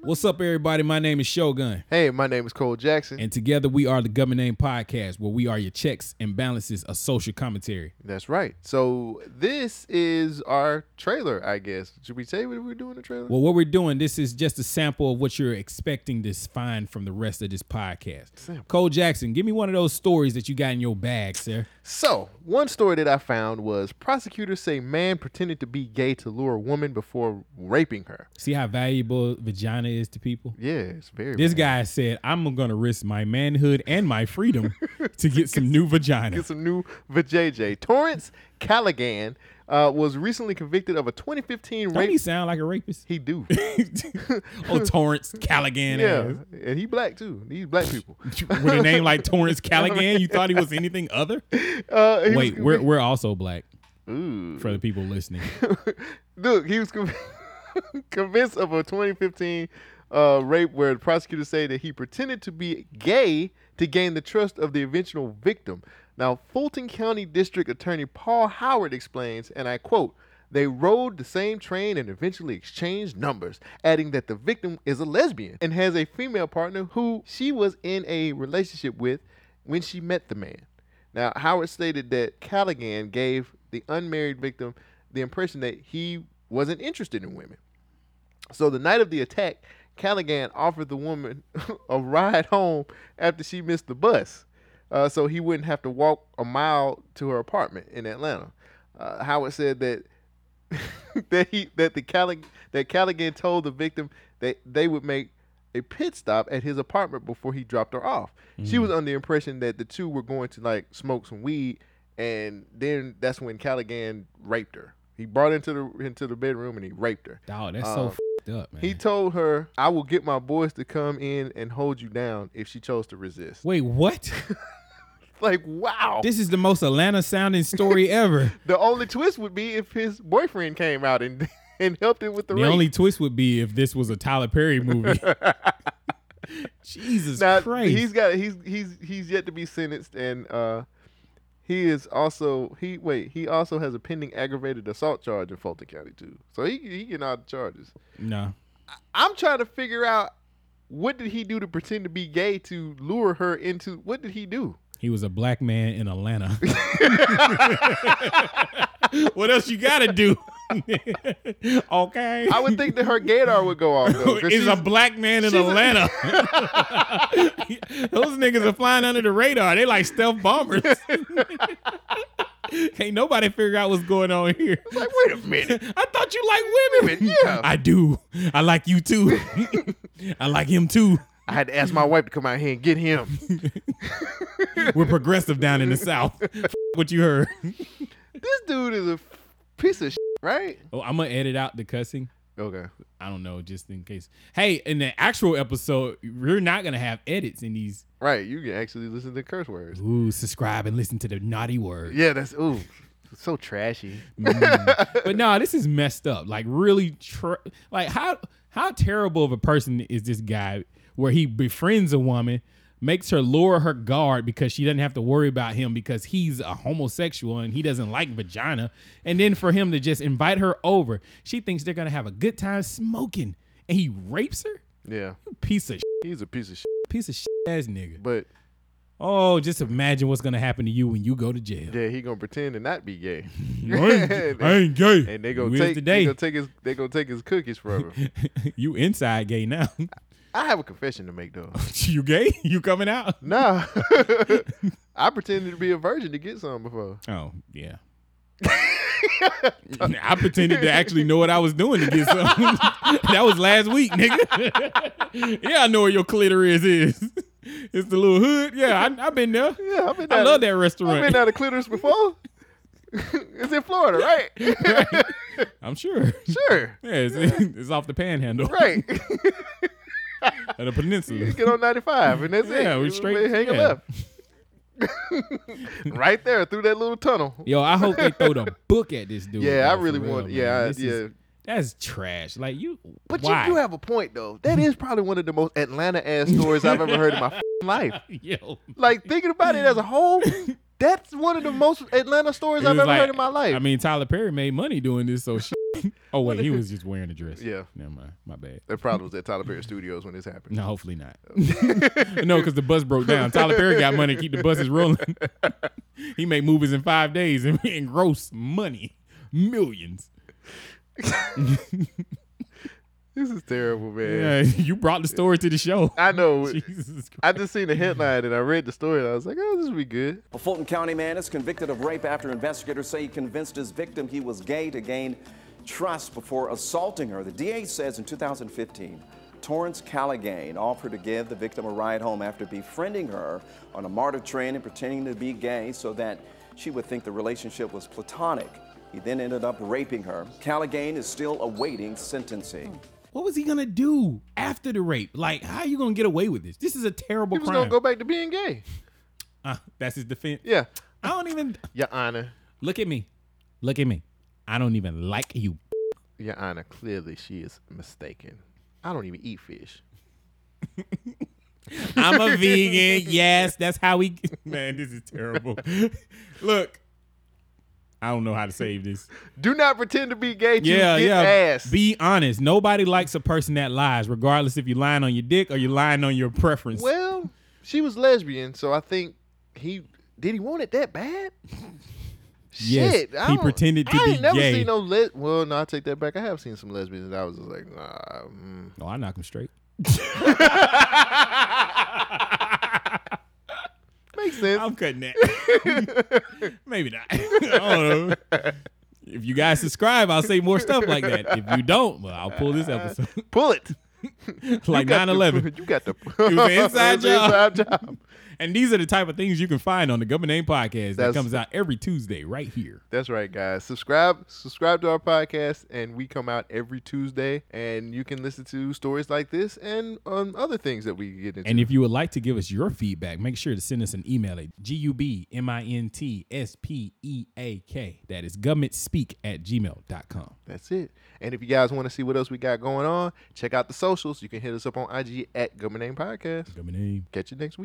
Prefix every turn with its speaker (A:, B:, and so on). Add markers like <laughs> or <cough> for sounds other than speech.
A: What's up, everybody? My name is Shogun,
B: Hey, my name is Cole Jackson.
A: and together we are the Government Name Podcast, where we are your checks and balances of social commentary.
B: That's right. So this is our trailer, I guess. Should we say what we're doing the trailer?
A: Well, what we're doing, this is just a sample of what you're expecting to find from the rest of this podcast. Cole Jackson, give me one of those stories that you got in your bag, sir.
B: so one story that I found was prosecutors say man pretended to be gay to lure woman before raping her.
A: See how valuable vagina is to people?
B: Yeah, it's very <laughs>
A: This guy said, I'm going to risk my manhood and my freedom to get some new vagina.
B: Get some new vajayjay. Torrance Callaghan uh, was recently convicted of a 2015
A: Don't
B: rape.
A: he sound like a rapist? <laughs>
B: he do.
A: oh, Torrance Callaghan
B: yeah,
A: ass.
B: and he black too. These black people.
A: <laughs> With a name like Torrance Callaghan, you thought he was anything other?
B: Uh, <laughs> he was
A: Wait, we're, we're also black
B: Ooh.
A: for the people listening.
B: Look, he was conv- <laughs> convinced of a 2015 uh, rape where the prosecutors say that he pretended to be gay to gain the trust of the eventual victim. Now, Fulton County District Attorney Paul Howard explains, and I quote, they rode the same train and eventually exchanged numbers, adding that the victim is a lesbian and has a female partner who she was in a relationship with when she met the man. Now, Howard stated that Callaghan gave the unmarried victim the impression that he wasn't interested in women. So the night of the attack, Callaghan offered the woman <laughs> a ride home after she missed the bus, uh, so he wouldn't have to walk a mile to her apartment in Atlanta. Uh, Howard said that <laughs> that he that the Callig- that Callaghan told the victim that they would make a pit stop at his apartment before he dropped her off.
A: Mm.
B: She was under the impression that the two were going to like smoke some weed, and then that's when Callaghan raped her. He brought her into the into the bedroom and he raped her.
A: Dog, that's so fed up, man.
B: Um, He told her, "I will get my boys to come in and hold you down if she chose to resist." <laughs>
A: Wait, what?
B: Like, wow.
A: This is the most Atlanta sounding story
B: <laughs>
A: ever.
B: the only twist would be if his boyfriend came out and <laughs> and helped him with the,
A: The
B: rape.
A: only twist would be if this was a Tyler Perry
B: <laughs>
A: movie. <laughs> Jesus
B: now,
A: Christ.
B: he's got he's he's he's yet to be sentenced and uh he is also he wait he also has a pending aggravated assault charge in Fulton County too. So he he getting all the charges.
A: no.
B: I'm trying to figure out what did he do to pretend to be gay to lure her into what did he do?
A: He was a black man in
B: <laughs>
A: Atlanta. <laughs> what else you gotta
B: <laughs>
A: do? <laughs> okay.
B: I would think <laughs> that her gaydar would go off though. 'cause
A: is a
B: she's- <laughs>
A: black man in
B: she's a- <laughs>
A: Atlanta. <laughs> Those niggas are flying under the radar. They like stealth bombers. <laughs> Can't nobody figure out what's going on here. <laughs>
B: like, wait a minute.
A: I thought you like women.
B: Women, yeah.
A: I do. I like you too. <laughs> I like him too.
B: I had to ask my wife to come out here and get him.
A: We're progressive down in the South. <laughs> F- what you heard.
B: this dude is a piece of shit, right?
A: Oh, I'm going to edit out the cussing.
B: Okay.
A: I don't know, just in case. Hey, in the actual episode, we're not going to have edits in these.
B: Right. You can actually listen to curse words.
A: Ooh, subscribe and listen to the naughty words.
B: Yeah, that's ooh. So trashy.
A: Mm. but no, this is messed up. Like really, tr- like how how terrible of a person is this guy? Where he befriends a woman, makes her lower her guard because she doesn't have to worry about him because he's a homosexual and he doesn't like vagina. And then for him to just invite her over, she thinks they're gonna have a good time smoking, and he rapes her.
B: Yeah.
A: Piece of shit,
B: He's a piece of shit.
A: piece of shit ass nigga.
B: But
A: Oh, just imagine what's gonna happen to you when you go to jail.
B: <laughs> yeah, he gonna pretend to not be gay.
A: I, ain't, I ain't gay.
B: and they gonna
A: You is
B: take
A: today.
B: they gonna take his they gonna take his cookies
A: <laughs>
B: from him.
A: you inside gay now.
B: I have a confession to make
A: <laughs>
B: though.
A: you gay? You coming out?
B: Nah. <laughs> I pretended to be a virgin to get some before.
A: Oh, yeah. <laughs> I pretended to actually know what I was doing to get some. <laughs> that was last week, nigga. <laughs> yeah, I know where your clitoris is. <laughs> It's the little hood. Yeah, I, I've been there.
B: Yeah, I've been
A: I
B: down-
A: love that
B: I've been
A: restaurant.
B: out of clitoris before. <laughs> it's in Florida,
A: <laughs>
B: right?
A: I'm sure.
B: <laughs>
A: <laughs>
B: sure.
A: Yeah, it's, <laughs> it's off the panhandle
B: Right. <laughs>
A: of the peninsula.
B: Get on 95 and that's it.
A: Yeah, we
B: Just
A: straight-
B: Hang a
A: yeah.
B: left.
A: <laughs>
B: <laughs> right there through that little tunnel.
A: Yo, I hope they throw the book at this dude.
B: yeah, I
A: bro,
B: really
A: for real,
B: want.
A: man.
B: Yeah, I-
A: This
B: yeah.
A: is- that's trash. Like you,
B: but
A: why?
B: you do have a point though. That is probably one of the most Atlanta ass stories I've
A: <laughs>
B: ever heard in my f***ing life.
A: <laughs> Yo,
B: Like thinking about it as a whole, that's one of the most Atlanta stories
A: It
B: I've
A: was
B: ever
A: like-
B: heard in my life. <laughs>
A: I mean, Tyler Perry made money doing this, so shit. Oh wait, he was just wearing a dress.
B: Yeah.
A: Never mind. My bad.
B: That probably was at Tyler Perry Studios when this
A: <laughs>
B: happened.
A: No, hopefully not. no, because the bus broke down. Tyler Perry got money to keep the buses rolling. <laughs> he made movies in five days and, <laughs> and gross money, millions.
B: This is terrible, man.
A: Yeah, you brought the story to the show.
B: <laughs> I
A: <laughs>
B: know.
A: Jesus Christ.
B: I just seen the headline and I read the story and I was like, oh, this will be good.
C: A Fulton County man is convicted of rape after investigators say he convinced his victim he was gay to gain trust before assaulting her. The DA says in 2015, Torrance Callaghan offered to give the victim a ride home after befriending her on a MARTA train and pretending to be gay so that she would think the relationship was platonic. He then ended up raping her. Callaghan is still awaiting sentencing.
A: What was he gonna do after the rape? Like, how you gonna get away with this? This is a terrible
B: He was
A: crime.
B: going to go back to being gay.
A: Uh, that's his defense.
B: Yeah.
A: I don't even
B: Your Honor.
A: look at me. Look at me. I don't even like you.
B: Your Honor, clearly she is mistaken. I don't even eat fish.
A: I'm <laughs> a vegan. Yes, that's how we. <laughs> Man, this is terrible. Look, I don't know how to save this.
B: Do not pretend to be gay
A: <laughs>
B: to
A: Yeah,
B: get
A: yeah.
B: ass.
A: Be honest. Nobody likes a person that lies, regardless if you're lying on your dick or you're lying on your preference.
B: well, she was lesbian, so I think he did he want it that bad?
A: <laughs> Yes,
B: Shit, I
A: he
B: don't-
A: pretended to
B: I
A: be
B: ain't never
A: gay.
B: seen no le- Well, no, I take that back. I have seen some lesbians that I was just like, nah. mm.
A: oh, I knock him straight.
B: Makes sense.
A: I'm cutting that.
B: <laughs>
A: Maybe not. <laughs> I don't know. If you guys subscribe, I'll say more stuff like that. If you don't, well, I'll pull this
B: <laughs>
A: episode.
B: Pull it.
A: like 9 11.
B: You
A: <laughs>
B: got the
A: an
B: <laughs>
A: inside job.
B: inside job.
A: And these are the type of things you can find on the Government Name Podcast that
B: That's-
A: comes out every Tuesday right here.
B: That's right, guys. Subscribe, subscribe to our podcast, and we come out every Tuesday. And you can listen to stories like this and um, other things that we get into.
A: And if you would like to give us your feedback, make sure to send us an email at G-U-B-M-I-N-T-S-P-E-A-K. E That is governmentspeak at gmail.com.
B: That's it. And if you guys want to see what else we got going on, check out the socials. You can hit us up on IG at Government Name Podcast.
A: Government Name.
B: Catch you next week.